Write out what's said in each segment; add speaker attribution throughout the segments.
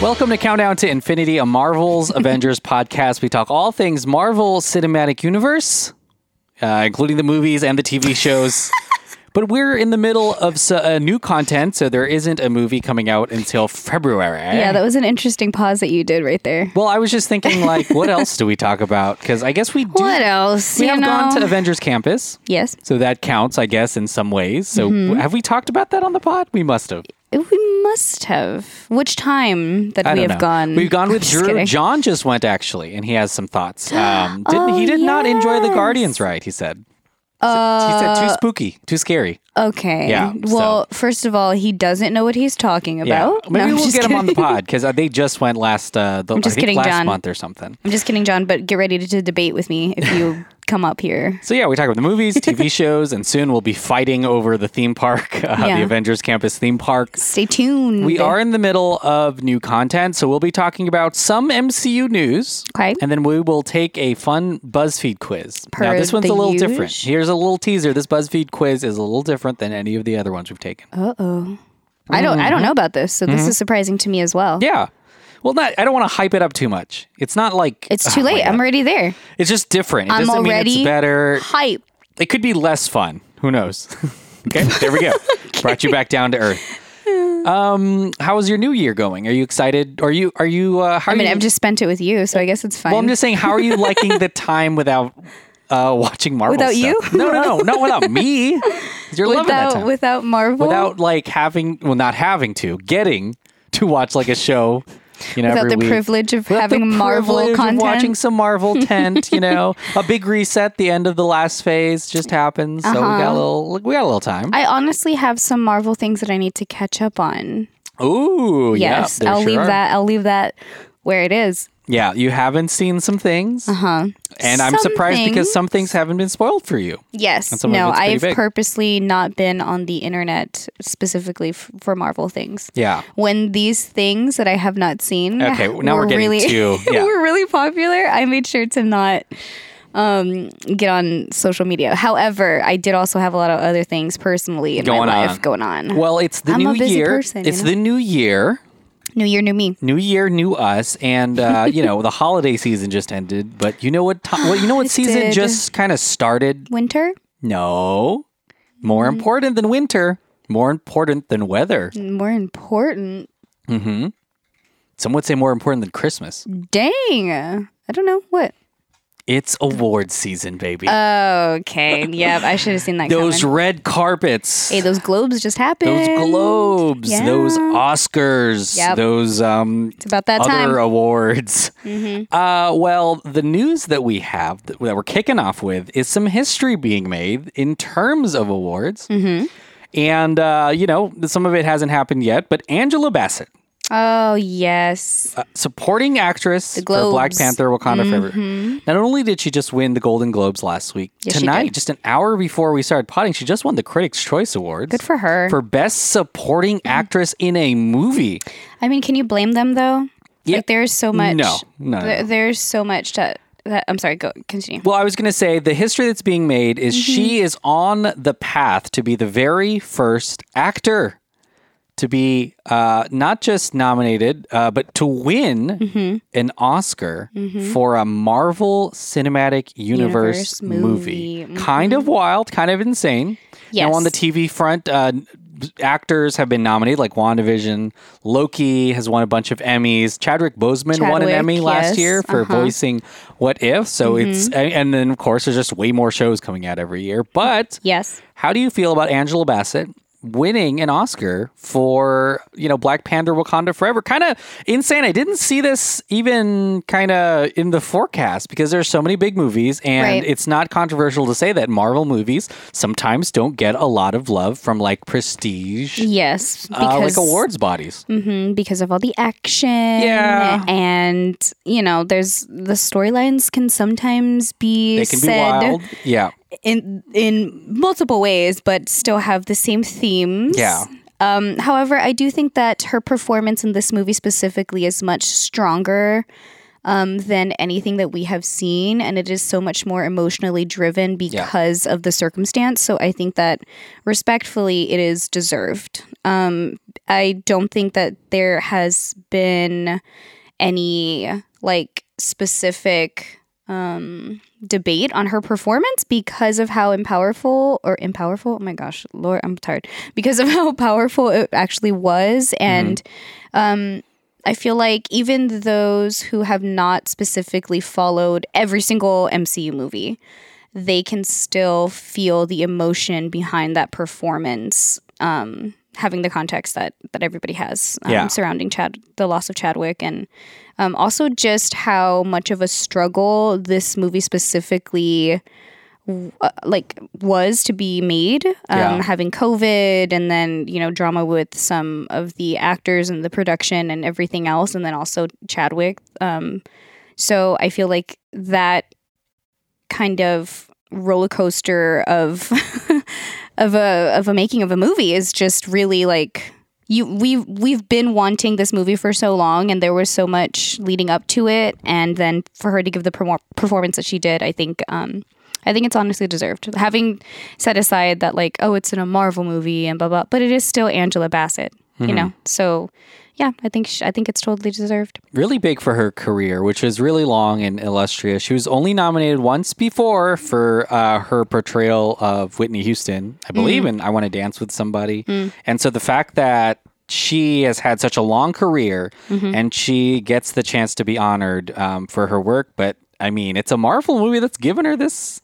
Speaker 1: Welcome to Countdown to Infinity, a Marvel's Avengers podcast. We talk all things Marvel Cinematic Universe, uh, including the movies and the TV shows. but we're in the middle of s- uh, new content, so there isn't a movie coming out until February.
Speaker 2: Yeah, that was an interesting pause that you did right there.
Speaker 1: well, I was just thinking, like, what else do we talk about? Because I guess we do.
Speaker 2: What else?
Speaker 1: We
Speaker 2: you
Speaker 1: have
Speaker 2: know?
Speaker 1: gone to Avengers Campus,
Speaker 2: yes,
Speaker 1: so that counts, I guess, in some ways. So
Speaker 2: Mm-hmm.
Speaker 1: have we talked about that on the pod? We must have.
Speaker 2: we must have. Which time that
Speaker 1: I
Speaker 2: we
Speaker 1: don't
Speaker 2: have
Speaker 1: know.
Speaker 2: gone?
Speaker 1: We've gone with
Speaker 2: Just
Speaker 1: Drew.
Speaker 2: kidding.
Speaker 1: John just went actually, and he has some thoughts. Um, didn't he?
Speaker 2: Oh,
Speaker 1: Did not enjoy the
Speaker 2: yes. Uh,
Speaker 1: Guardians ride. He said. he said too spooky, too scary.
Speaker 2: Okay.
Speaker 1: Yeah,
Speaker 2: Well, first of all, he doesn't know what he's talking about. No,
Speaker 1: maybe
Speaker 2: I'm
Speaker 1: we'll
Speaker 2: just
Speaker 1: get him on the
Speaker 2: kidding.
Speaker 1: pod because they just went last. Uh, the,
Speaker 2: I'm just
Speaker 1: I think
Speaker 2: kidding,
Speaker 1: last
Speaker 2: John.
Speaker 1: month or something.
Speaker 2: I'm just kidding, John. But get ready to, to debate with me if you come up here.
Speaker 1: So yeah, we talk about the movies, TV shows, and soon we'll be fighting over the theme park, uh,
Speaker 2: Yeah.
Speaker 1: the Avengers Campus theme park.
Speaker 2: Stay tuned.
Speaker 1: We are in the middle of new content, so we'll be talking about some MCU news.
Speaker 2: Okay.
Speaker 1: And then we will take a fun BuzzFeed quiz. now,
Speaker 2: Per
Speaker 1: this one's a
Speaker 2: the
Speaker 1: little different.
Speaker 2: usual.
Speaker 1: Here's a little teaser. This BuzzFeed quiz is a little different than any of the other ones we've taken.
Speaker 2: Uh oh. I don't. I don't know about this, so this is surprising to me as well.
Speaker 1: Mm-hmm. Yeah. Well, not, I don't want to hype it up too much. It's not like
Speaker 2: It's too
Speaker 1: Oh my
Speaker 2: late.
Speaker 1: God.
Speaker 2: I'm already there.
Speaker 1: It's just different. It
Speaker 2: I'm
Speaker 1: doesn't mean
Speaker 2: already
Speaker 1: it's better.
Speaker 2: Hype.
Speaker 1: It could be less fun. Who knows? okay, there we go. Brought you back down to earth. Um, how is your new year going? Are you excited? Are you are you uh, how
Speaker 2: I
Speaker 1: are
Speaker 2: mean,
Speaker 1: you
Speaker 2: I've just spent it with you, so I guess it's fine.
Speaker 1: Well, I'm just saying, how are you liking the time without uh, watching Marvel?
Speaker 2: Without
Speaker 1: stuff?
Speaker 2: you?
Speaker 1: No, no, no, not without me. 'Cause You're loving that
Speaker 2: without
Speaker 1: time.
Speaker 2: without Marvel.
Speaker 1: without like having, well, not having to, getting to watch like a show. You know,
Speaker 2: Without
Speaker 1: every
Speaker 2: the
Speaker 1: week.
Speaker 2: privilege of
Speaker 1: Without the
Speaker 2: having Marvel
Speaker 1: privilege of
Speaker 2: content.
Speaker 1: watching some Marvel tent. You know, a big reset, the end of the last phase just happens. So we got
Speaker 2: Uh-huh.
Speaker 1: a little, we got a little time.
Speaker 2: I honestly have some Marvel things that I need to catch up on.
Speaker 1: Ooh, yeah,
Speaker 2: Yes,
Speaker 1: there
Speaker 2: I'll
Speaker 1: sure
Speaker 2: leave
Speaker 1: are.
Speaker 2: that. I'll leave that where it is.
Speaker 1: Yeah, you haven't seen some things, uh huh, and I'm
Speaker 2: Uh-huh. Some
Speaker 1: surprised because
Speaker 2: things.
Speaker 1: some things haven't been spoiled for you.
Speaker 2: Yes.
Speaker 1: some of
Speaker 2: No,
Speaker 1: it's pretty
Speaker 2: I've
Speaker 1: big.
Speaker 2: purposely not been on the internet specifically f- for Marvel things.
Speaker 1: Yeah.
Speaker 2: When these things that I have not seen,
Speaker 1: Okay, now we're
Speaker 2: were
Speaker 1: getting
Speaker 2: really,
Speaker 1: to- yeah.
Speaker 2: were really popular. I made sure to not um, get on social media. However, I did also have a lot of other things personally in
Speaker 1: Going
Speaker 2: my life
Speaker 1: on.
Speaker 2: going on.
Speaker 1: Well, it's the
Speaker 2: I'm
Speaker 1: new
Speaker 2: a busy
Speaker 1: year.
Speaker 2: person, you
Speaker 1: it's
Speaker 2: know?
Speaker 1: the new year.
Speaker 2: new year, new me.
Speaker 1: New year, new us, and uh, you know the holiday season just ended. But you know what? To- well, you know what season
Speaker 2: did.
Speaker 1: just kind of started.
Speaker 2: Winter,
Speaker 1: No, more
Speaker 2: Mm-hmm.
Speaker 1: important than winter. More important than weather. Mm-hmm.
Speaker 2: more important.
Speaker 1: Some would say more important than Christmas.
Speaker 2: Dang. I don't know what.
Speaker 1: It's award season, baby.
Speaker 2: Okay. Yep. Uh, I should have seen that
Speaker 1: those
Speaker 2: coming.
Speaker 1: red carpets.
Speaker 2: Hey, those globes just happened.
Speaker 1: those globes,
Speaker 2: Yeah.
Speaker 1: those Oscars,
Speaker 2: Yep.
Speaker 1: those um,
Speaker 2: It's about that
Speaker 1: other
Speaker 2: time. Mm-hmm.
Speaker 1: awards. Uh, well, the news that we have that that we're kicking off with is some history being made in terms of awards.
Speaker 2: Mm-hmm.
Speaker 1: And, uh, you know, some of it hasn't happened yet, but Angela Bassett,
Speaker 2: Oh yes.
Speaker 1: uh, supporting actress for Black
Speaker 2: Globes. Mm-hmm.
Speaker 1: Panther Wakanda Forever. Not only did she just win the Golden Globes last week,
Speaker 2: Yes, she
Speaker 1: tonight,
Speaker 2: did.
Speaker 1: just an hour before we started potting, she just won the Critics' Choice Awards.
Speaker 2: Good for her. Mm-hmm.
Speaker 1: For best supporting actress in a movie.
Speaker 2: I mean, can you blame them though?
Speaker 1: Yeah.
Speaker 2: Like there's so much.
Speaker 1: No, no, no,
Speaker 2: there- there's so much that, that. I'm sorry. Go continue.
Speaker 1: Well, I was going to say the history that's being made is she
Speaker 2: Mm-hmm.
Speaker 1: is on the path to be the very first actor to be uh, not just nominated, uh, but to win
Speaker 2: Mm-hmm.
Speaker 1: an Oscar for a Marvel Cinematic Universe,
Speaker 2: Universe
Speaker 1: movie.
Speaker 2: movie. Mm-hmm.
Speaker 1: Kind of wild, kind of insane. Now, on the
Speaker 2: Yes.
Speaker 1: TV front, uh, actors have been nominated, like WandaVision. Loki has won a bunch of Emmys. Chadwick Boseman won an
Speaker 2: Chadwick,
Speaker 1: Emmy last
Speaker 2: yes, Uh-huh. Mm-hmm.
Speaker 1: year for voicing What If. So it's, and- and then of course, there's just way more shows coming out every year. But
Speaker 2: Yes.
Speaker 1: how do you feel about Angela Bassett winning an Oscar for, you know, Black Panther Wakanda Forever? Kind of insane. I didn't see this even kind of in the forecast because there's so many big movies and
Speaker 2: Right.
Speaker 1: it's not controversial to say that Marvel movies sometimes don't get a lot of love from like prestige
Speaker 2: Yes.
Speaker 1: uh, like
Speaker 2: Because
Speaker 1: awards bodies.
Speaker 2: mhm, because of all the action.
Speaker 1: Yeah.
Speaker 2: And you know, there's the storylines can sometimes be
Speaker 1: They can be
Speaker 2: said
Speaker 1: wild. Yeah.
Speaker 2: in in multiple ways, but still have the same themes.
Speaker 1: Yeah.
Speaker 2: Um, however, I do think that her performance in this movie specifically is much stronger um, than anything that we have seen. And it is so much more emotionally driven because of the circumstance. So I think that respectfully, it is deserved. Um, I don't think that there has been any like specific um debate on her performance because of how empowerful or empowerful oh my gosh lord i'm tired because of how powerful it actually was and um i feel like even those who have not specifically followed every single mcu movie they can still feel the emotion behind that performance um having the context that that everybody has um,
Speaker 1: Yeah.
Speaker 2: surrounding chad the loss of chadwick and um, also just how much of a struggle this movie specifically w- uh, like was to be made um,
Speaker 1: Yeah.
Speaker 2: having covid and then you know drama with some of the actors and the production and everything else and then also chadwick um, so i feel like that kind of roller coaster of of a of a making of a movie is just really like you we we've been wanting this movie for so long and there was so much leading up to it and then for her to give the permo- performance that she did I think um I think it's honestly deserved having set aside that like oh it's in a Marvel movie and blah blah but it is still Angela Bassett
Speaker 1: Mm-hmm.
Speaker 2: you know so yeah I think sh I think it's totally deserved
Speaker 1: really big for her career, which is really long and illustrious. She was only nominated once before for uh, her portrayal of Whitney Houston, I believe, and I Want to Dance with Somebody. And so the fact that she has had such a long career and she gets the chance to be honored um, for her work, but I mean, it's a Marvel movie that's given her this.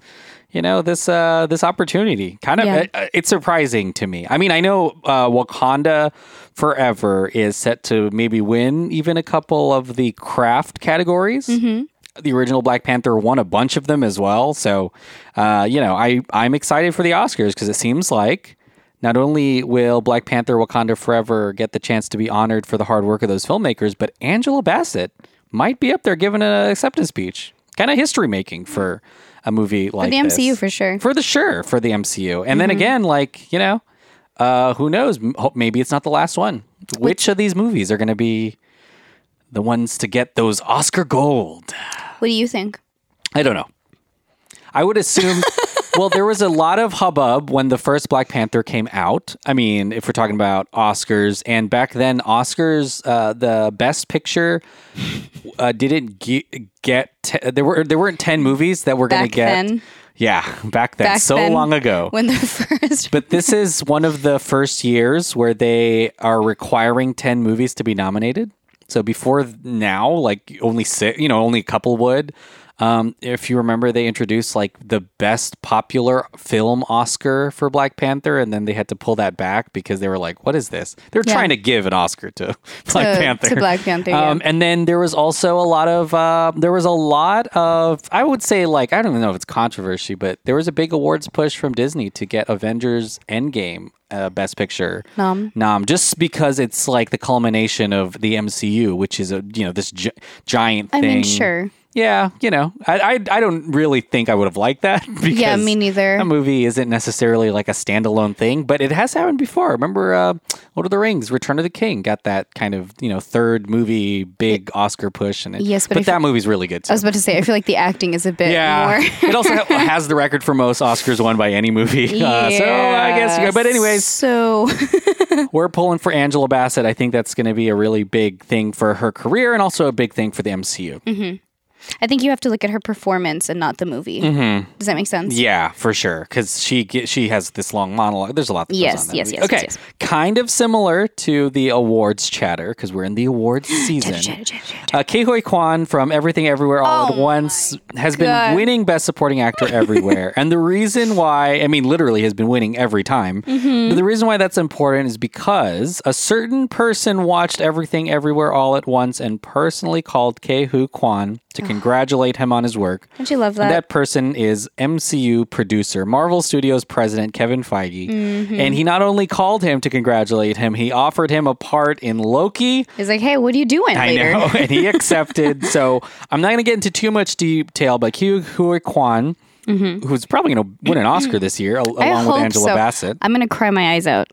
Speaker 1: You know this uh, this opportunity kind of
Speaker 2: Yeah.
Speaker 1: uh, it's surprising to me. I mean, I know uh, Wakanda Forever is set to maybe win even a couple of the craft categories. The original Black Panther won a bunch of them as well. So, uh, you know, I, I'm excited for the Oscars because it seems like not only will Black Panther Wakanda Forever get the chance to be honored for the hard work of those filmmakers, but Angela Bassett might be up there giving an acceptance speech. Kind of history making for a movie like
Speaker 2: the
Speaker 1: this
Speaker 2: MCU for sure Mm-hmm.
Speaker 1: for the sure for the MCU. And then again, like you know, uh, who knows? M- ho- Maybe it's not the last one. Which of these movies are going to be the ones to get those Oscar gold?
Speaker 2: what do you think
Speaker 1: I don't know. I would assume. well, there was a lot of hubbub when the first Black Panther came out. I mean, if we're talking about Oscars, and back then, Oscars, uh, the Best Picture uh, didn't ge- get. Te- there were there weren't ten movies that were going to
Speaker 2: Back
Speaker 1: get.
Speaker 2: then?
Speaker 1: Yeah, back then,
Speaker 2: Back
Speaker 1: so
Speaker 2: then,
Speaker 1: long ago.
Speaker 2: when the first
Speaker 1: But this is one of the first years where they are requiring 10 movies to be nominated. So before th- now, like only six, you know, only a couple would. Um, if you remember, they introduced like the best popular film Oscar for Black Panther, and then they had to pull that back because they were like, "What is this?" They're
Speaker 2: Yeah.
Speaker 1: trying to give an Oscar to Black
Speaker 2: to-
Speaker 1: Panther.
Speaker 2: to Black Panther, yeah.
Speaker 1: Um, and then there was also a lot of uh, there was a lot of I would say like I don't even know if it's controversy, but there was a big awards push from Disney to get Avengers Endgame uh, Best Picture
Speaker 2: Nom.
Speaker 1: nom just because it's like the culmination of the MCU, which is a you know this gi- giant
Speaker 2: I
Speaker 1: thing.
Speaker 2: mean sure
Speaker 1: Yeah, you know, I I, I don't really think I would have liked that. Because
Speaker 2: yeah me neither
Speaker 1: a movie isn't necessarily like a standalone thing, but it has happened before. Remember, uh, Lord of the Rings, Return of the King got that kind of you know third movie big Oscar push, and it,
Speaker 2: Yes, but
Speaker 1: but
Speaker 2: if-
Speaker 1: that movie's really good
Speaker 2: I
Speaker 1: too.
Speaker 2: was about to say I feel like the acting is a bit
Speaker 1: Yeah,
Speaker 2: more
Speaker 1: it also ha- has the record for most Oscars won by any movie. Uh, so I guess,
Speaker 2: Yeah,
Speaker 1: but anyways,
Speaker 2: So
Speaker 1: we're pulling for Angela Bassett. I think that's going to be a really big thing for her career and also a big thing for the MCU.
Speaker 2: I think you have to look at her performance and not the movie.
Speaker 1: Mm-hmm.
Speaker 2: Does that make sense?
Speaker 1: Yeah, for sure. Because she ge- she has this long monologue. There's a lot. That goes
Speaker 2: Yes,
Speaker 1: on in that
Speaker 2: yes,
Speaker 1: movie.
Speaker 2: yes,
Speaker 1: Okay,
Speaker 2: yes, yes.
Speaker 1: kind of similar to the awards chatter because we're in the awards season. Uh, Kehoi Kwan from Everything Everywhere All
Speaker 2: Oh
Speaker 1: at Once has been
Speaker 2: God.
Speaker 1: winning Best Supporting Actor everywhere. and the reason why, I mean, literally has been winning every time.
Speaker 2: Mm-hmm.
Speaker 1: But the reason why that's important is because a certain person watched Everything Everywhere All at Once and personally called Kehui Kwan
Speaker 2: Ah.
Speaker 1: to congratulate him on his work.
Speaker 2: Don't you love
Speaker 1: And
Speaker 2: that?
Speaker 1: that person is MCU producer, Marvel Studios president Kevin Feige.
Speaker 2: Mm-hmm.
Speaker 1: And he not only called him to congratulate him, he offered him a part in Loki.
Speaker 2: He's like, hey, what are you doing later?
Speaker 1: I know. And he accepted. so I'm not going to get into too much detail, but Hugh Hui Kwan, who's probably going to win an Oscar this year, al-
Speaker 2: Mm-hmm. I
Speaker 1: along
Speaker 2: hope
Speaker 1: with Angela
Speaker 2: so.
Speaker 1: Bassett.
Speaker 2: I'm gonna cry my eyes out.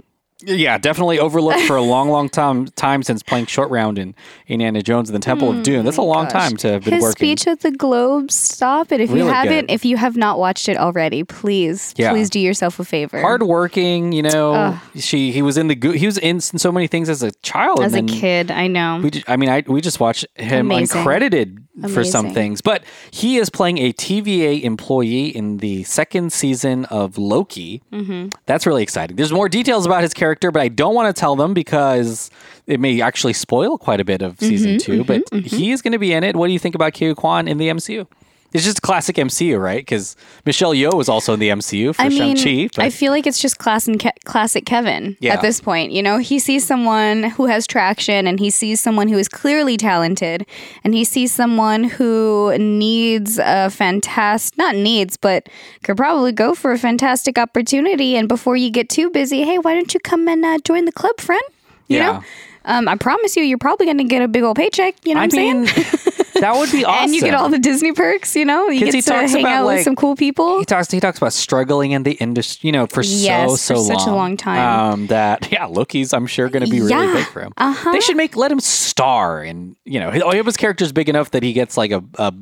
Speaker 1: Yeah, definitely overlooked for a long, long time time since playing short round in Indiana Jones and the Temple of Doom. That's a long time to have been
Speaker 2: Hmm. His
Speaker 1: working.
Speaker 2: speech at the Globe. Stop it if you
Speaker 1: Really
Speaker 2: haven't.
Speaker 1: good.
Speaker 2: If you have not watched it already, please,
Speaker 1: Yeah.
Speaker 2: please do yourself a favor.
Speaker 1: Hardworking, you know. She he was in the go- he was in so many things as a child.
Speaker 2: as a
Speaker 1: and then
Speaker 2: kid, I know.
Speaker 1: We just, I mean, I we just watched him
Speaker 2: Amazing.
Speaker 1: uncredited for some
Speaker 2: Amazing.
Speaker 1: things, but he is playing a TVA employee in the second season of Loki. Mm-hmm. That's really exciting. There's more details about his character, but I don't want to tell them because it may actually spoil quite a bit of
Speaker 2: Mm-hmm,
Speaker 1: season 2 But he is going to be in it. What do you think about Kiyu Kwan in the MCU? It's just classic MCU, right? Because Michelle Yeoh is also in the MCU for
Speaker 2: I mean,
Speaker 1: Shang Chi.
Speaker 2: I feel like it's just class and Ke- classic Kevin
Speaker 1: Yeah.
Speaker 2: at this point. You know, he sees someone who has traction and he sees someone who is clearly talented and he sees someone who needs a fantastic, not needs, but could probably go for a fantastic opportunity. And before you get too busy, hey, why don't you come and uh, join the club, friend? You
Speaker 1: Yeah.
Speaker 2: know? Um, I promise you, you're probably going to get a big old paycheck. You know what
Speaker 1: I
Speaker 2: I'm saying?
Speaker 1: mean, that would be awesome.
Speaker 2: And you get all the Disney perks, you know? You
Speaker 1: 'Cause
Speaker 2: get
Speaker 1: he
Speaker 2: to
Speaker 1: talks
Speaker 2: hang
Speaker 1: about,
Speaker 2: out
Speaker 1: like,
Speaker 2: with some cool people.
Speaker 1: he talks he talks about struggling in the industry, you know, for
Speaker 2: Yes,
Speaker 1: so so
Speaker 2: for
Speaker 1: long,
Speaker 2: such a long time.
Speaker 1: Um, that yeah, Loki's I'm sure going to be really
Speaker 2: Yeah,
Speaker 1: big for him. Uh-huh. They should make let him star, and you know, his, I hope his character's big enough that he gets like a, a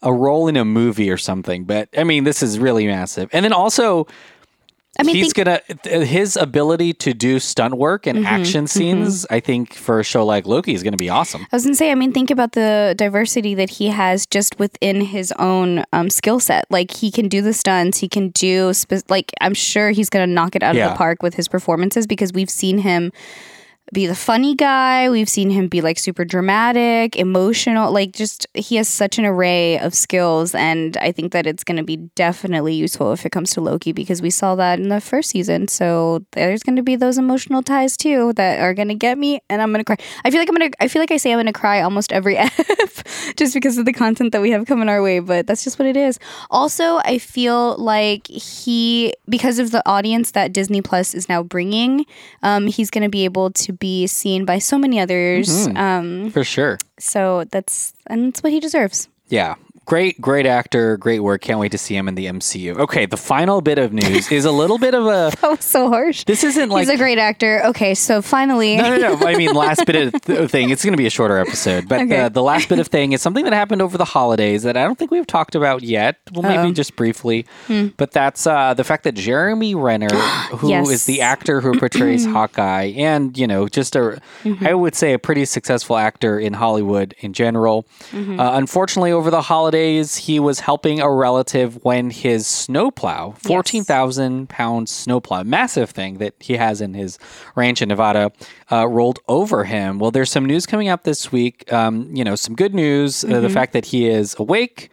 Speaker 1: a role in a movie or something. But I mean, this is really massive, and then also.
Speaker 2: I mean,
Speaker 1: He's
Speaker 2: think, Mm-hmm,
Speaker 1: gonna th- his ability to do stunt work and action scenes. I think for a show like Loki is gonna be awesome.
Speaker 2: I was gonna say, I mean, think about the diversity that he has just within his own um, skill set. Like he can do the stunts, he can do spe- like I'm sure he's gonna knock it out of
Speaker 1: Yeah.
Speaker 2: the park with his performances because we've seen him be the funny guy, we've seen him be like super dramatic, emotional, like just he has such an array of skills, and I think that it's gonna be definitely useful if it comes to Loki because we saw that in the first season. So there's gonna be those emotional ties too that are gonna get me, and I'm gonna cry. I feel like I'm gonna, I feel like I say I'm gonna cry almost every ep just because of the content that we have coming our way, but that's just what it is. Also, I feel like he, because of the audience that Disney Plus is now bringing, um, he's going to be able to be seen by so many others.
Speaker 1: Mm-hmm.
Speaker 2: Um,
Speaker 1: For sure.
Speaker 2: so that's and that's what he deserves.
Speaker 1: Yeah. Great, great actor, great work. Can't wait to see him in the MCU. Okay, the final bit of news is a little bit of a
Speaker 2: That was Oh, so harsh.
Speaker 1: This isn't like
Speaker 2: he's a great actor. Okay, so finally,
Speaker 1: no, no, no. I mean, last bit of th- thing. It's going to be a shorter episode, but
Speaker 2: Okay.
Speaker 1: uh, the last bit of thing is something that happened over the holidays that I don't think we've talked about yet. Well,
Speaker 2: Oh.
Speaker 1: maybe just briefly,
Speaker 2: Hmm.
Speaker 1: but that's uh, the fact that Jeremy Renner, who is
Speaker 2: Yes.
Speaker 1: the actor who portrays Hawkeye, and you know, just a, I would say, a pretty successful actor in Hollywood in general. Uh, unfortunately, over the holidays, he was helping a relative when his snowplow, fourteen thousand pound snowplow, massive thing that he has in his ranch in Nevada, uh, rolled over him. Well, there's some news coming up this week. Um, you know, some good news: uh, the fact that he is awake.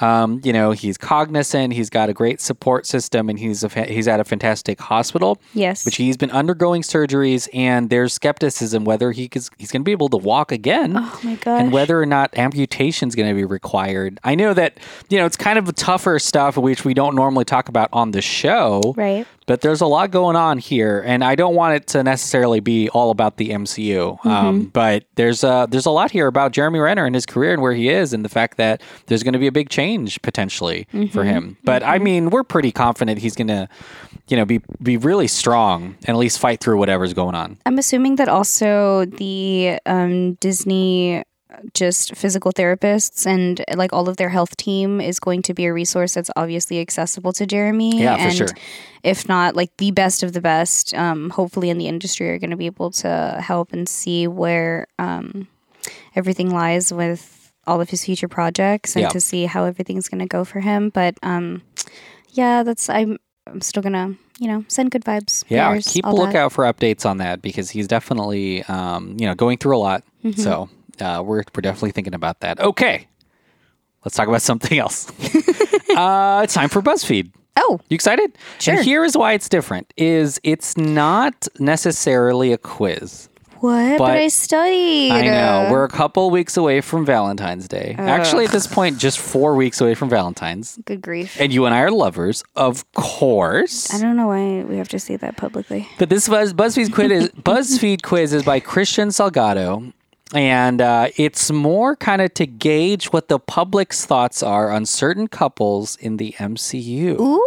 Speaker 1: Um, you know, he's cognizant. He's got a great support system, and he's a fa- he's at a fantastic hospital.
Speaker 2: Yes.
Speaker 1: which he's been undergoing surgeries, and there's skepticism whether he is, he's going to be able to walk again.
Speaker 2: Oh my gosh.
Speaker 1: And whether or not amputation is going to be required. I know that you know it's kind of tougher stuff which we don't normally talk about on the show.
Speaker 2: Right.
Speaker 1: But there's a lot going on here, and I don't want it to necessarily be all about the MCU. Um, but there's a there's a lot here about Jeremy Renner and his career and where he is, and the fact that there's going to be a big change potentially for him. But I mean, we're pretty confident he's going to, you know, be be really strong and at least fight through whatever's going on.
Speaker 2: I'm assuming that also the um, Disney just physical therapists and like all of their health team is going to be a resource that's obviously accessible to Jeremy.
Speaker 1: Yeah, for
Speaker 2: and
Speaker 1: sure.
Speaker 2: If not, like the best of the best, um, hopefully in the industry are going to be able to help and see where um, everything lies with all of his future projects and
Speaker 1: Yeah.
Speaker 2: to see how everything's going to go for him. But um, yeah, that's I'm I'm still gonna you know send good vibes.
Speaker 1: Yeah,
Speaker 2: prayers,
Speaker 1: keep a
Speaker 2: all that.
Speaker 1: lookout for updates on that because he's definitely, um, you know, going through a lot.
Speaker 2: Mm-hmm.
Speaker 1: So uh, we're we're definitely thinking about that. Okay, let's talk about something else. uh, it's time for BuzzFeed.
Speaker 2: Oh,
Speaker 1: You excited?
Speaker 2: Sure.
Speaker 1: And here is why it's different: is it's not necessarily a quiz.
Speaker 2: What? But,
Speaker 1: But-
Speaker 2: I studied. uh,
Speaker 1: I know we're a couple weeks away from Valentine's Day. Actually, at this point, just four weeks away from Valentine's,
Speaker 2: Good grief.
Speaker 1: and you and I are lovers, of course.
Speaker 2: I don't know why we have to say that publicly.
Speaker 1: But this was BuzzFeed's quiz. Is, BuzzFeed quiz is by Christian Salgado, and uh, it's more kind of to gauge what the public's thoughts are on certain couples in the MCU.
Speaker 2: Ooh.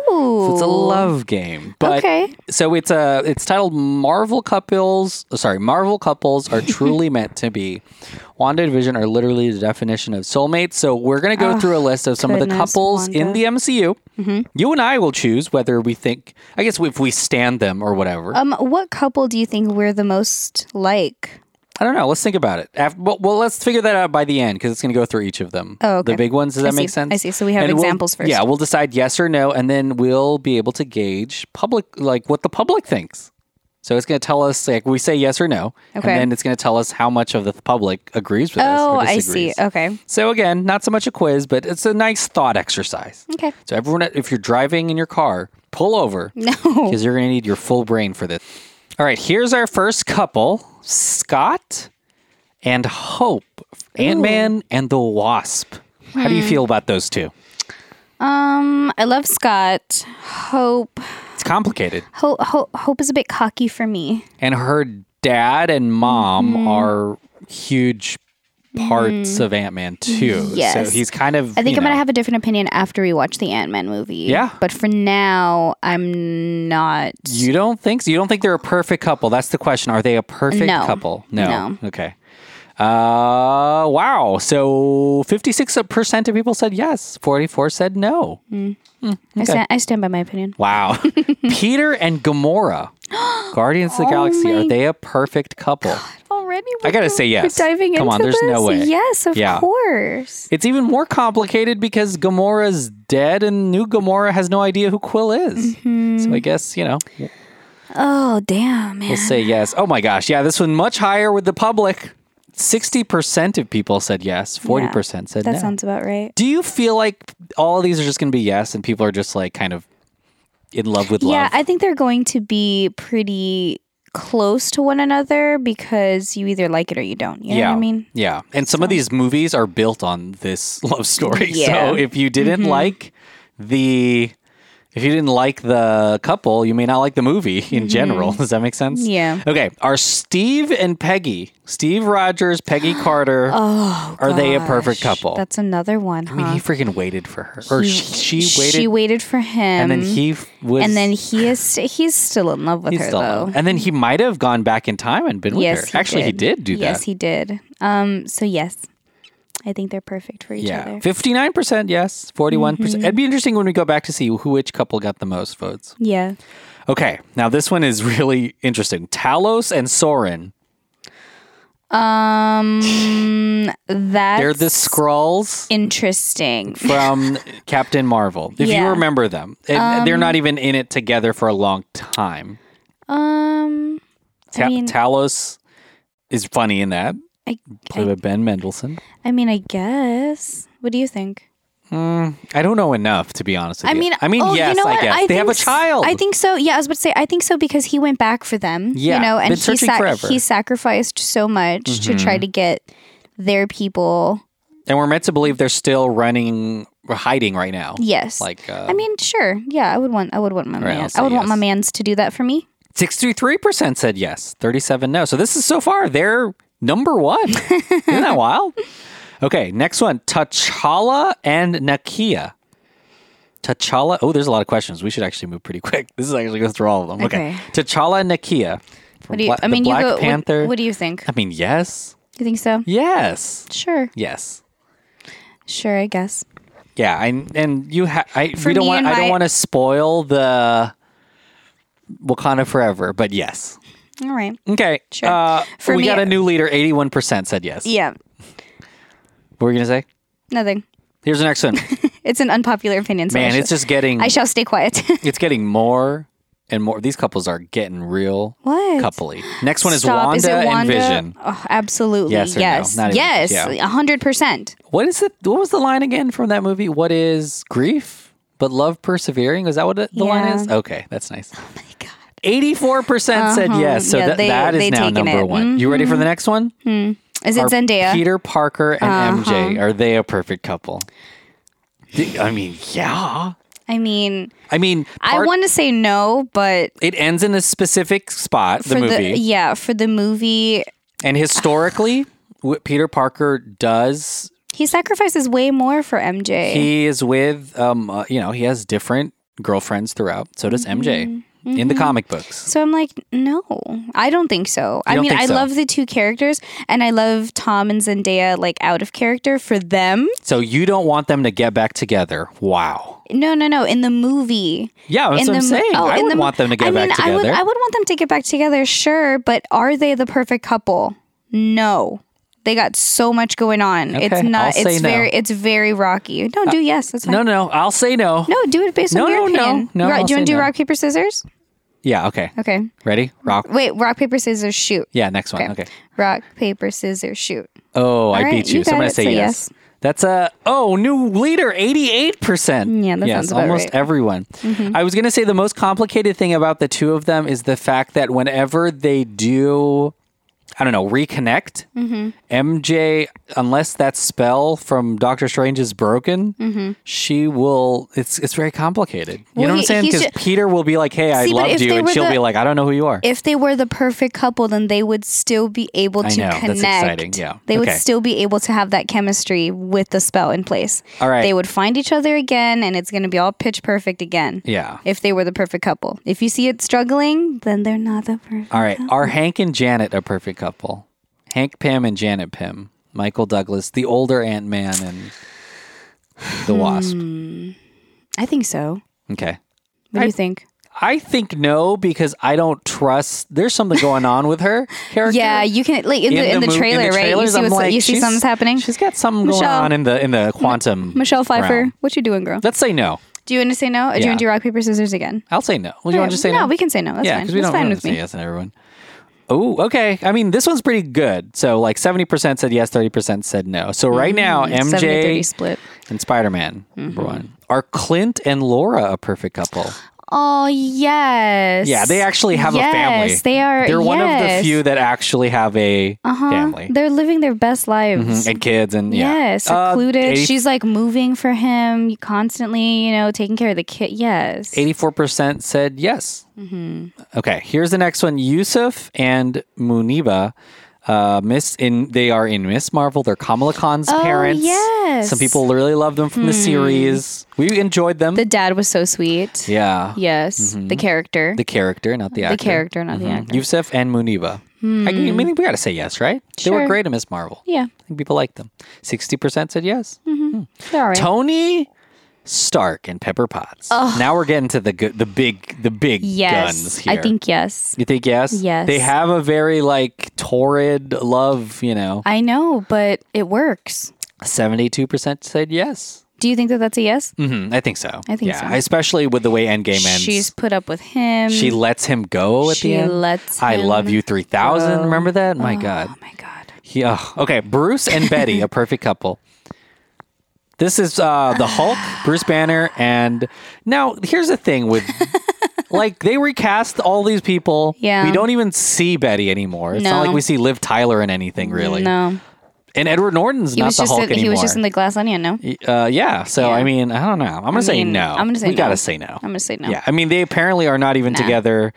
Speaker 1: So it's a love game. But
Speaker 2: Okay.
Speaker 1: so it's a it's titled Marvel couples sorry, Marvel couples are truly meant to be. Wanda and Vision are literally the definition of soulmates. So we're gonna go through a list of some of the
Speaker 2: Ah, goodness,
Speaker 1: couples in
Speaker 2: Wanda. Mm-hmm.
Speaker 1: the MCU. You and I will choose whether we think I guess if we stand them or whatever.
Speaker 2: Um, what couple do you think we're the most like?
Speaker 1: I don't know. Let's think about it. Af well, well, let's figure that out by the end because it's going to go through each of them.
Speaker 2: Oh, okay.
Speaker 1: The big ones. Does
Speaker 2: I
Speaker 1: that make
Speaker 2: see.
Speaker 1: sense?
Speaker 2: I see. So we have
Speaker 1: we'll-
Speaker 2: examples first.
Speaker 1: Yeah, we'll decide yes or no, and then we'll be able to gauge public, like what the public thinks. So it's going to tell us, like, we say yes or no, and
Speaker 2: Okay.
Speaker 1: then it's going to tell us how much of the public agrees with us
Speaker 2: Oh,
Speaker 1: or
Speaker 2: I see.
Speaker 1: disagrees.
Speaker 2: Okay.
Speaker 1: So again, not so much a quiz, but it's a nice thought exercise.
Speaker 2: Okay.
Speaker 1: So everyone, if you're driving in your car, pull over.
Speaker 2: No.
Speaker 1: Because you're going to need your full brain for this. All right, here's our first couple Scott and Hope, Ant Man and the Wasp. How
Speaker 2: Hmm.
Speaker 1: do you feel about those two?
Speaker 2: Um, I love Scott. Hope.
Speaker 1: It's complicated.
Speaker 2: Hope. Hope, Hope is a bit cocky for me.
Speaker 1: And her dad and mom
Speaker 2: Mm-hmm.
Speaker 1: are huge parts of Ant Man, too. So
Speaker 2: Mm. Yes.
Speaker 1: he's kind of.
Speaker 2: I think
Speaker 1: you
Speaker 2: I'm gonna
Speaker 1: know,
Speaker 2: have a different opinion after we watch the Ant Man movie.
Speaker 1: Yeah.
Speaker 2: But for now, I'm not.
Speaker 1: You don't think so? You don't think they're a perfect couple? That's the question. Are they a perfect
Speaker 2: No.
Speaker 1: couple? No. Okay. Uh, wow. So 56% of people said yes, 44 said no.
Speaker 2: I, stand, I stand by my opinion.
Speaker 1: Wow. Peter and Gamora, Guardians of the Galaxy, are they a perfect couple?
Speaker 2: Already,
Speaker 1: I gotta say yes.
Speaker 2: diving
Speaker 1: Come
Speaker 2: into
Speaker 1: on, there's no
Speaker 2: this?
Speaker 1: way.
Speaker 2: Yes, of
Speaker 1: Yeah.
Speaker 2: course.
Speaker 1: It's even more complicated because Gamora's dead and new Gamora has no idea who Quill is. So I guess, you know,
Speaker 2: Oh damn, man.
Speaker 1: We'll say yes. Oh my gosh. Yeah, this one much higher with the public. 60% of people said yes, 40% said
Speaker 2: that
Speaker 1: no.
Speaker 2: sounds about right.
Speaker 1: Do you feel like all of these are just going to be yes and people are just like kind of in love with
Speaker 2: Yeah,
Speaker 1: love?
Speaker 2: I think they're going to be pretty close to one another because you either like it or you don't. You know what I mean?
Speaker 1: Yeah. And some of these movies are built on this love story.
Speaker 2: Yeah. Mm-hmm.
Speaker 1: So if you didn't like the if you didn't like the couple, you may not like the movie in general. Does that make sense?
Speaker 2: Mm-hmm. Yeah.
Speaker 1: Okay. Are Steve and Peggy, Steve Rogers, Peggy Carter,
Speaker 2: Oh,
Speaker 1: are they a
Speaker 2: gosh.
Speaker 1: perfect couple?
Speaker 2: That's another one, huh?
Speaker 1: I mean, he freaking waited for her, or she, she waited,
Speaker 2: She waited for him,
Speaker 1: and then he f- was,
Speaker 2: and then he is he's still in love with
Speaker 1: he's
Speaker 2: her
Speaker 1: still
Speaker 2: though.
Speaker 1: on. and then he might have gone back in time and been
Speaker 2: yes,
Speaker 1: with her. Actually, he did do
Speaker 2: Yes,
Speaker 1: that.
Speaker 2: he did. Um, so yes, I think they're perfect for each
Speaker 1: yeah,
Speaker 2: other. Mm-hmm.
Speaker 1: fifty nine percent yes, forty one percent. It'd be interesting when we go back to see who which couple got the most votes.
Speaker 2: Yeah.
Speaker 1: Okay, now this one is really interesting. Talos and Soren.
Speaker 2: Um, that's
Speaker 1: They're the Skrulls.
Speaker 2: interesting.
Speaker 1: From Captain Marvel, if you
Speaker 2: Yeah.
Speaker 1: remember them, and they're not even in it together for a long time.
Speaker 2: Um,
Speaker 1: Ta-
Speaker 2: mean-
Speaker 1: Talos is funny in that,
Speaker 2: I,
Speaker 1: played by
Speaker 2: I,
Speaker 1: Ben Mendelsohn.
Speaker 2: I mean, I guess. What do you think?
Speaker 1: Hmm, I don't know enough to be honest. With
Speaker 2: I
Speaker 1: you.
Speaker 2: mean,
Speaker 1: I mean,
Speaker 2: oh,
Speaker 1: yes,
Speaker 2: you know
Speaker 1: I
Speaker 2: what?
Speaker 1: guess they have a
Speaker 2: think s-
Speaker 1: child.
Speaker 2: I think so. Yeah, I was about to say, I think so because he went back for them.
Speaker 1: Yeah,
Speaker 2: you know, and
Speaker 1: been
Speaker 2: he
Speaker 1: searching forever. Mm-hmm.
Speaker 2: he sacrificed so much to try to get their people.
Speaker 1: and we're meant to believe they're still running, or hiding right now.
Speaker 2: Yes,
Speaker 1: Like, uh,
Speaker 2: I mean, sure. Yeah, I would want. I would want my
Speaker 1: right, I'll
Speaker 2: man.
Speaker 1: say
Speaker 2: I would want my
Speaker 1: yes.
Speaker 2: man's to do that for me.
Speaker 1: sixty-three percent said yes, thirty-seven no. So this is so far they're number one. Isn't that wild? Okay, next one: T'Challa and Nakia. T'Challa. Oh, there's a lot of questions. We should actually move pretty quick. This is actually go through all of them. Okay.
Speaker 2: Okay.
Speaker 1: T'Challa and Nakia. From
Speaker 2: What do you?
Speaker 1: Bla-
Speaker 2: I
Speaker 1: the
Speaker 2: mean,
Speaker 1: Black
Speaker 2: you go. what-
Speaker 1: Panther.
Speaker 2: What, do you think?
Speaker 1: I mean, yes,
Speaker 2: You think so?
Speaker 1: yes,
Speaker 2: Sure.
Speaker 1: yes.
Speaker 2: Sure. I guess.
Speaker 1: Yeah, I, and you ha- I
Speaker 2: For
Speaker 1: we don't
Speaker 2: me
Speaker 1: want
Speaker 2: and
Speaker 1: I don't
Speaker 2: my-
Speaker 1: want to spoil the Wakanda Forever, but yes.
Speaker 2: All right.
Speaker 1: Okay.
Speaker 2: Sure.
Speaker 1: Uh,
Speaker 2: For
Speaker 1: we
Speaker 2: me-
Speaker 1: got a new leader. Eighty-one percent said yes.
Speaker 2: Yeah.
Speaker 1: What were you gonna say?
Speaker 2: Nothing.
Speaker 1: Here's the next one.
Speaker 2: It's an unpopular opinion. So I
Speaker 1: Man,
Speaker 2: shall-
Speaker 1: it's just getting
Speaker 2: I shall stay quiet.
Speaker 1: it's getting more and more. These couples are getting real
Speaker 2: What?
Speaker 1: coupley. Next one is,
Speaker 2: Stop.
Speaker 1: Wanda
Speaker 2: Is it
Speaker 1: and
Speaker 2: Wanda?
Speaker 1: Vision.
Speaker 2: Oh, absolutely.
Speaker 1: Yes
Speaker 2: Yes.
Speaker 1: or no?
Speaker 2: Yes.
Speaker 1: Not even- Oh
Speaker 2: yes.
Speaker 1: yeah.
Speaker 2: 100%.
Speaker 1: What is it? What was the line again from that movie? What is grief but love persevering? Is that what it, the line
Speaker 2: Yeah.
Speaker 1: is? Okay, that's nice.
Speaker 2: My God.
Speaker 1: Eighty-four percent said yes, so
Speaker 2: Uh-huh. Yeah,
Speaker 1: that
Speaker 2: they-
Speaker 1: that is
Speaker 2: they
Speaker 1: now
Speaker 2: taken
Speaker 1: number
Speaker 2: it.
Speaker 1: one. You ready for the next one?
Speaker 2: Is it
Speaker 1: Are
Speaker 2: Zendaya? Uh-huh.
Speaker 1: Peter Parker and MJ are they a perfect couple? Th- I mean, yeah.
Speaker 2: I mean,
Speaker 1: I mean,
Speaker 2: I
Speaker 1: part-
Speaker 2: want to say no, but
Speaker 1: it ends in a specific spot, the
Speaker 2: for the,
Speaker 1: movie,
Speaker 2: yeah, for the movie,
Speaker 1: and historically, Wh- Peter Parker does
Speaker 2: He sacrifices way more for MJ.
Speaker 1: He is with, um, uh, you know, he has different girlfriends throughout. So does MJ
Speaker 2: Mm-hmm.
Speaker 1: in the comic books.
Speaker 2: so I'm like, no, I don't think so. I
Speaker 1: don't
Speaker 2: mean,
Speaker 1: think
Speaker 2: I
Speaker 1: so?
Speaker 2: love the two characters, and I love Tom and Zendaya like out of character for them.
Speaker 1: So you don't want them to get back together. Wow.
Speaker 2: No, no, no. In the movie,
Speaker 1: Yeah, that's
Speaker 2: in
Speaker 1: what
Speaker 2: the
Speaker 1: I'm
Speaker 2: mo-
Speaker 1: saying.
Speaker 2: oh,
Speaker 1: I
Speaker 2: in
Speaker 1: would
Speaker 2: the mo-
Speaker 1: want them to get
Speaker 2: I mean,
Speaker 1: back
Speaker 2: I would,
Speaker 1: together.
Speaker 2: I would want them to get back together, sure, but are they the perfect couple? No. They got so much going on.
Speaker 1: Okay,
Speaker 2: it's not.
Speaker 1: I'll say
Speaker 2: it's
Speaker 1: no. Uh,
Speaker 2: very. It's very rocky. No, do yes. That's fine.
Speaker 1: no, no, I'll say no.
Speaker 2: No, do it based
Speaker 1: No,
Speaker 2: on your
Speaker 1: no, no.
Speaker 2: opinion.
Speaker 1: No,
Speaker 2: Ro-
Speaker 1: I'll
Speaker 2: do you
Speaker 1: say
Speaker 2: want to do
Speaker 1: no.
Speaker 2: rock paper scissors?
Speaker 1: Yeah, okay.
Speaker 2: Okay.
Speaker 1: Ready? Rock.
Speaker 2: Wait, rock paper scissors shoot.
Speaker 1: Yeah, next one. Okay.
Speaker 2: Okay. Rock paper scissors shoot.
Speaker 1: Oh, I
Speaker 2: right,
Speaker 1: beat you.
Speaker 2: you
Speaker 1: so I'm
Speaker 2: got
Speaker 1: going
Speaker 2: it,
Speaker 1: to say
Speaker 2: so
Speaker 1: yes.
Speaker 2: yes.
Speaker 1: That's a oh new leader, eighty eight percent.
Speaker 2: Mm, Yeah, that
Speaker 1: yes,
Speaker 2: sounds about
Speaker 1: almost
Speaker 2: right. Mm-hmm.
Speaker 1: everyone. I was gonna say the most complicated thing about the two of them is the fact that whenever they do, I don't know, reconnect,
Speaker 2: Mm-hmm.
Speaker 1: MJ, unless that spell from Doctor Strange is broken, she will. It's it's very complicated. You
Speaker 2: Mm-hmm. Well,
Speaker 1: know what
Speaker 2: he-
Speaker 1: I'm saying?
Speaker 2: he's
Speaker 1: Because
Speaker 2: ju-
Speaker 1: Peter will be like, "Hey, I
Speaker 2: See, but
Speaker 1: loved
Speaker 2: if
Speaker 1: you,"
Speaker 2: they
Speaker 1: and
Speaker 2: were
Speaker 1: she'll
Speaker 2: the-
Speaker 1: be like, "I don't know who you are."
Speaker 2: If they were the perfect couple, then they would still be able to
Speaker 1: know, that's
Speaker 2: connect.
Speaker 1: exciting, yeah.
Speaker 2: They would
Speaker 1: Okay.
Speaker 2: still be able to have that chemistry with the spell in place.
Speaker 1: All right.
Speaker 2: They would find each other again and it's gonna be all pitch perfect again.
Speaker 1: yeah.
Speaker 2: If they were the perfect couple. If you see it struggling, then they're not the perfect.
Speaker 1: All right. Are Hank and Janet a perfect couple? Hank Pym and Janet Pym. Michael Douglas, the older Ant Man and
Speaker 2: Hmm.
Speaker 1: the Wasp.
Speaker 2: I think so.
Speaker 1: Okay.
Speaker 2: What do you think?
Speaker 1: I think no because I don't trust. There's something going on with her character.
Speaker 2: Yeah, you can like in, the, in, the,
Speaker 1: mo-
Speaker 2: trailer, right? You
Speaker 1: trailers,
Speaker 2: see
Speaker 1: I'm
Speaker 2: what's
Speaker 1: like,
Speaker 2: you see
Speaker 1: she's-
Speaker 2: something's happening.
Speaker 1: She's got something going
Speaker 2: Michelle-
Speaker 1: on in the in the quantum.
Speaker 2: Michelle Pfeiffer,
Speaker 1: realm.
Speaker 2: what you doing, girl?
Speaker 1: Let's say no.
Speaker 2: Do you want to say no? Or do
Speaker 1: Yeah.
Speaker 2: you want to do rock paper scissors again?
Speaker 1: I'll say no. Well, you want to just say
Speaker 2: no,
Speaker 1: no?
Speaker 2: we can say no. That's
Speaker 1: yeah,
Speaker 2: fine.
Speaker 1: because we
Speaker 2: That's
Speaker 1: don't, we
Speaker 2: fine
Speaker 1: don't
Speaker 2: with
Speaker 1: say
Speaker 2: me.
Speaker 1: yes and everyone. Oh, okay. I mean, this one's pretty good. So, like, seventy percent said yes, thirty percent said no. So
Speaker 2: Mm,
Speaker 1: right now,
Speaker 2: 70-30
Speaker 1: MJ
Speaker 2: split.
Speaker 1: and Spider Man
Speaker 2: Mm-hmm.
Speaker 1: number one. Are Clint and Laura a perfect couple?
Speaker 2: Oh yes.
Speaker 1: Yeah, they actually have a family.
Speaker 2: Yes, they are.
Speaker 1: They're one of the
Speaker 2: yes.
Speaker 1: few that actually have a
Speaker 2: Uh-huh.
Speaker 1: family
Speaker 2: They're living their best lives.
Speaker 1: Mhm, and kids and yeah.
Speaker 2: Yeah,
Speaker 1: Uh,
Speaker 2: secluded. She's like moving for him constantly, you know, taking care of the kid. Yes.
Speaker 1: Eighty-four percent said yes.
Speaker 2: Mm-hmm.
Speaker 1: Okay, here's the next one: Yusuf and Muniba. Uh, Miss in they are in Miss Marvel. They're Kamala Khan's
Speaker 2: Oh,
Speaker 1: parents.
Speaker 2: yes. Hmm.
Speaker 1: Some people really loved them from the series. We enjoyed them.
Speaker 2: The dad was so sweet.
Speaker 1: yeah, Mm-hmm.
Speaker 2: Yes. The character.
Speaker 1: the character, Mm-hmm. not the
Speaker 2: The
Speaker 1: actor. Hmm.
Speaker 2: character, not the actor. Hmm.
Speaker 1: Yusuf and Muniba. I mean, we gotta say yes, right? They were
Speaker 2: Sure.
Speaker 1: great in Miss Marvel.
Speaker 2: Yeah.
Speaker 1: I think people liked them. Sixty percent said yes.
Speaker 2: Hmm. They're all right.
Speaker 1: Tony Stark and Pepper Potts. Now we're getting to the good, the big, the big guns
Speaker 2: yes.
Speaker 1: here.
Speaker 2: I think yes.
Speaker 1: you think yes.
Speaker 2: Yes.
Speaker 1: they have a very like torrid love. You know,
Speaker 2: I know, but it works.
Speaker 1: seventy-two percent said yes.
Speaker 2: Do you think that that's a yes?
Speaker 1: hmm I think so.
Speaker 2: I think
Speaker 1: yeah,
Speaker 2: so.
Speaker 1: especially with the way Endgame ends.
Speaker 2: She's put up with him. Oh
Speaker 1: she lets him go at
Speaker 2: She
Speaker 1: the end.
Speaker 2: lets
Speaker 1: I love
Speaker 2: him
Speaker 1: you three thousand. Remember that? My God.
Speaker 2: Oh my god.
Speaker 1: Yeah. Okay. Bruce and Betty, a perfect couple. This is uh, the Hulk, Bruce Banner, and now here's the thing with like they recast all these people.
Speaker 2: Yeah.
Speaker 1: We don't even see Betty anymore. It's not
Speaker 2: No.
Speaker 1: like we see Liv Tyler in anything really.
Speaker 2: No.
Speaker 1: And Edward Norton's
Speaker 2: He
Speaker 1: not
Speaker 2: was
Speaker 1: the
Speaker 2: just
Speaker 1: Hulk
Speaker 2: in,
Speaker 1: anymore.
Speaker 2: he was just in the glass onion, no?
Speaker 1: uh, yeah. So I mean, I don't know. I'm gonna say
Speaker 2: mean,
Speaker 1: no.
Speaker 2: I'm gonna say
Speaker 1: we
Speaker 2: no.
Speaker 1: gotta say no.
Speaker 2: I'm gonna say no.
Speaker 1: Yeah. I mean, they apparently are not even together.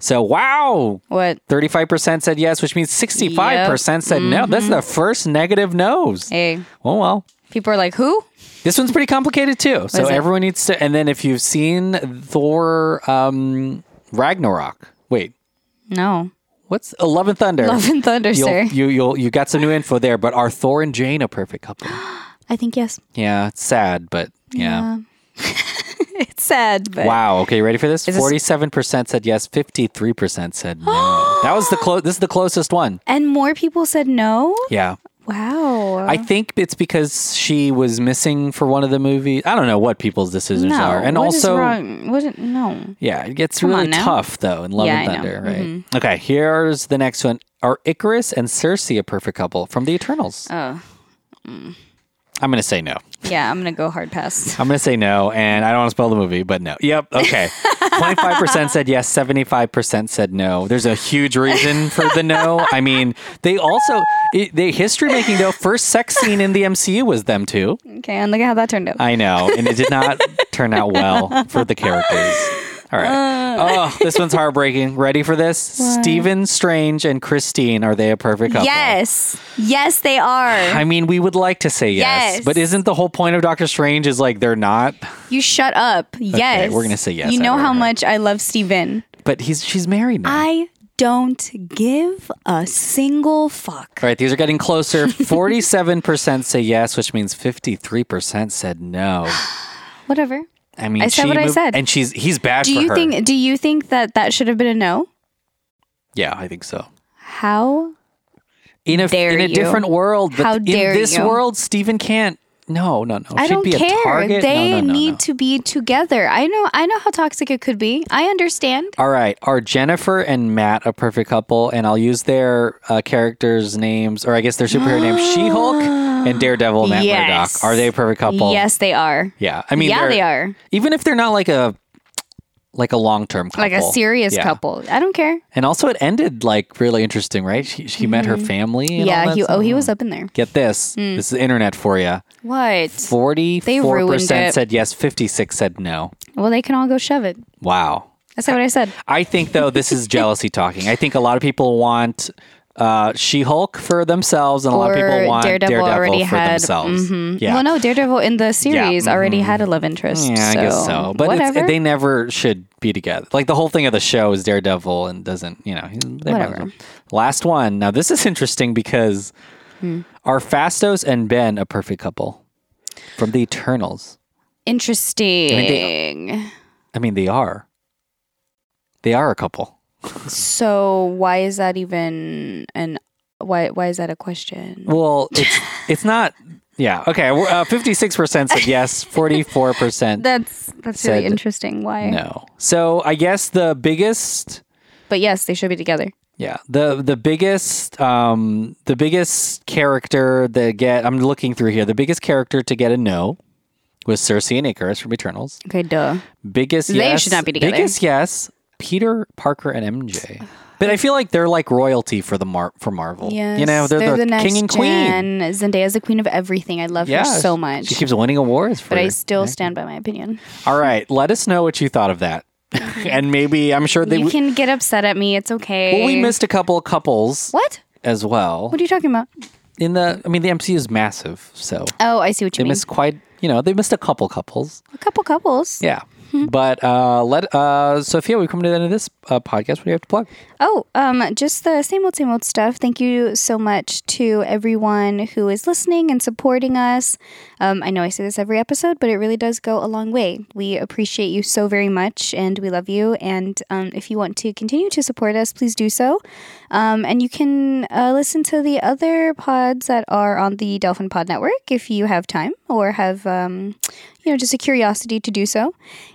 Speaker 1: So wow,
Speaker 2: What?
Speaker 1: 35% said yes, which means 65% said no. That's the first negative no's.
Speaker 2: Mm-hmm. Hey.
Speaker 1: Oh, well.
Speaker 2: People are like, who?
Speaker 1: This one's pretty complicated, too. So
Speaker 2: is it?
Speaker 1: everyone needs to. And then if you've seen Thor um, Ragnarok, wait,
Speaker 2: No.
Speaker 1: what's 11 Thunder?
Speaker 2: Love and Thunder,
Speaker 1: You'll,
Speaker 2: sir.
Speaker 1: you you'll you got some new info there, but are Thor and Jane a perfect couple?
Speaker 2: I think yes.
Speaker 1: Yeah, it's sad, but yeah.
Speaker 2: It's sad, but
Speaker 1: Wow. Okay, you ready for this?
Speaker 2: Is this-
Speaker 1: Forty-seven percent said yes, fifty-three percent said no. that was the close. This is the closest one.
Speaker 2: and more people said no.
Speaker 1: Yeah.
Speaker 2: Uh-huh. Wow.
Speaker 1: I think it's because she was missing for one of the movies. I don't know what people's decisions
Speaker 2: no.
Speaker 1: are, and
Speaker 2: what is
Speaker 1: also,
Speaker 2: wrong? What? No.
Speaker 1: yeah, it gets
Speaker 2: on
Speaker 1: really
Speaker 2: now.
Speaker 1: tough though in Love
Speaker 2: Yeah,
Speaker 1: and
Speaker 2: I know. Mm-hmm.
Speaker 1: Thunder, right? Okay, here's the next one: Are Icarus and Circe a perfect couple from the Eternals?
Speaker 2: Oh.
Speaker 1: I'm gonna say no.
Speaker 2: Yeah, I'm gonna go hard pass.
Speaker 1: I'm gonna say no, and I don't want to spoil the movie, but no. Yep. Okay. Twenty-five percent said yes. Seventy-five percent said no. There's a huge reason for the no. I mean, they also it, the history making though. First sex scene in the MCU was them too.
Speaker 2: Okay, and look at how that turned out.
Speaker 1: I know, and it did not turn out well for the characters. All right.
Speaker 2: Uh.
Speaker 1: oh, this one's heartbreaking. Ready for this? Stephen Strange and Christine, are they a perfect couple?
Speaker 2: Yes. Yes, they are.
Speaker 1: I mean, we would like to say yes,
Speaker 2: Yes.
Speaker 1: but isn't the whole point of Doctor Strange is like they're not?
Speaker 2: You shut up. Yes.
Speaker 1: we're gonna say yes,
Speaker 2: You
Speaker 1: I
Speaker 2: know
Speaker 1: heard
Speaker 2: how
Speaker 1: her.
Speaker 2: much I love Steven.
Speaker 1: But he's she's married now.
Speaker 2: I don't give a single fuck.
Speaker 1: All right, these are getting closer. 47% say yes, which means 53% said no.
Speaker 2: Whatever.
Speaker 1: I mean,
Speaker 2: I said
Speaker 1: she
Speaker 2: what I
Speaker 1: moved-
Speaker 2: said.
Speaker 1: And she's he's bad
Speaker 2: Do
Speaker 1: for
Speaker 2: you
Speaker 1: her.
Speaker 2: think do you think that that should have been a no?
Speaker 1: yeah, I think so.
Speaker 2: How?
Speaker 1: In a
Speaker 2: Dare
Speaker 1: in a
Speaker 2: you.
Speaker 1: different world, but
Speaker 2: How
Speaker 1: in
Speaker 2: dare
Speaker 1: this
Speaker 2: you.
Speaker 1: world, Stephen can't. No, no, no.
Speaker 2: I
Speaker 1: She'd
Speaker 2: don't
Speaker 1: be a
Speaker 2: care.
Speaker 1: target. No,
Speaker 2: They
Speaker 1: no, no,
Speaker 2: need
Speaker 1: no.
Speaker 2: to be together. I know I know how toxic it could be. I understand.
Speaker 1: All right, are Jennifer and Matt a perfect couple? And I'll use their uh, characters' names, or I guess their superhero names: She-Hulk and Daredevil. Matt
Speaker 2: Yes.
Speaker 1: Murdock. Are they a perfect couple?
Speaker 2: Yes, they are.
Speaker 1: Yeah, I mean,
Speaker 2: yeah,
Speaker 1: they're-
Speaker 2: they are.
Speaker 1: Even if they're not like a like a long-term couple,
Speaker 2: Like a serious
Speaker 1: Yeah.
Speaker 2: couple. I don't care.
Speaker 1: And also, it ended like really interesting, right? She, she met her family. And all
Speaker 2: Mm-hmm. yeah,
Speaker 1: that
Speaker 2: he
Speaker 1: stuff.
Speaker 2: oh he was up in there.
Speaker 1: Get this. This is internet for you.
Speaker 2: What?
Speaker 1: Forty-four
Speaker 2: ruined
Speaker 1: percent
Speaker 2: it.
Speaker 1: said yes. Fifty-six said no.
Speaker 2: Well, they can all go shove it.
Speaker 1: Wow.
Speaker 2: That's not what I said.
Speaker 1: I think though this is jealousy talking. I think a lot of people want uh, She-Hulk for themselves, and a lot of people want Daredevil, for themselves.
Speaker 2: mhm.
Speaker 1: Yeah. mm-hmm.
Speaker 2: Well, no, Daredevil in the series already had a love interest.
Speaker 1: Yeah, I
Speaker 2: so
Speaker 1: guess so. But it's,
Speaker 2: whatever.
Speaker 1: they never should be together. Like the whole thing of the show is Daredevil and doesn't, you know, he- they might as
Speaker 2: Whatever.
Speaker 1: well. Last one. Now, this is interesting because
Speaker 2: Hmm.
Speaker 1: are Fastos and Ben a perfect couple from the Eternals?
Speaker 2: Interesting.
Speaker 1: I mean, they are. They are a couple.
Speaker 2: so why is that even an why why is that a question?
Speaker 1: Well, it's it's not. Yeah. Okay. we're, Uh, 56% said yes, 44%
Speaker 2: That's that's really
Speaker 1: Said
Speaker 2: interesting. Why?
Speaker 1: no. So I guess the biggest
Speaker 2: But yes, they should be together.
Speaker 1: Yeah. The the biggest um the biggest character that get I'm looking through here, the biggest character to get a no was Cersei and Icarus from Eternals.
Speaker 2: Okay, duh.
Speaker 1: Biggest
Speaker 2: They
Speaker 1: yes.
Speaker 2: should not be together.
Speaker 1: Biggest yes, Peter Parker and MJ. But I feel like they're like royalty for the Mar- for Marvel. You know, they're,
Speaker 2: the, next
Speaker 1: king and queen.
Speaker 2: Gen. Zendaya's the queen of everything. I love
Speaker 1: Yeah.
Speaker 2: her so much.
Speaker 1: She keeps winning awards for
Speaker 2: but I
Speaker 1: it.
Speaker 2: still stand by my opinion.
Speaker 1: All right, let us know what you thought of that. and maybe I'm sure they
Speaker 2: you
Speaker 1: w-
Speaker 2: can get upset at me. It's okay.
Speaker 1: well, we missed a couple of couples
Speaker 2: What?
Speaker 1: as well.
Speaker 2: What are you talking about?
Speaker 1: in the I mean the MCU is massive, so
Speaker 2: Oh, I see what you
Speaker 1: they
Speaker 2: mean.
Speaker 1: missed quite you know they missed a couple couples.
Speaker 2: a couple couples.
Speaker 1: Yeah, but uh, let uh, Sophia, we come to the end of this uh, podcast. What do you have to plug?
Speaker 2: Oh, um, just the same old, same old stuff. Thank you so much to everyone who is listening and supporting us. Um, I know I say this every episode, but it really does go a long way. We appreciate you so very much, and we love you. And um, if you want to continue to support us, please do so. Um, and you can uh, listen to the other pods that are on the Dolphin Pod Network if you have time or have, um, you know, just a curiosity to do so.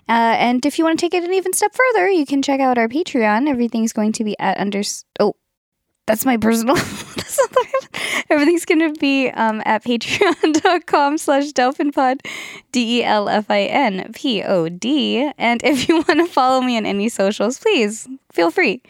Speaker 2: Uh, and if you want to take it an even step further, you can check out our Patreon. Everything's going to be at under. Oh, that's my personal. that's not the- Everything's going to be um, at patreon.com slash delphinpod, D E L F I N P O D. And if you want to follow me on any socials, please feel free.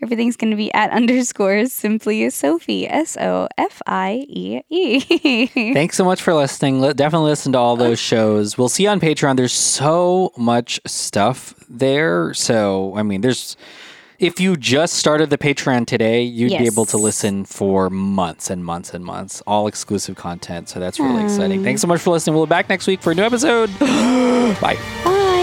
Speaker 2: Everything's going to be at underscore simply Sophie, S O F I E E.
Speaker 1: Thanks so much for listening. Li- definitely listen to all those shows. We'll see you on Patreon. There's so much stuff there. So I mean, there's if you just started the Patreon today, you'd be
Speaker 2: Yes.
Speaker 1: able to listen for months and months and months, all exclusive Mm. content. So that's really exciting. Thanks so much for listening. We'll be back next week for a new episode. Bye.
Speaker 2: Bye.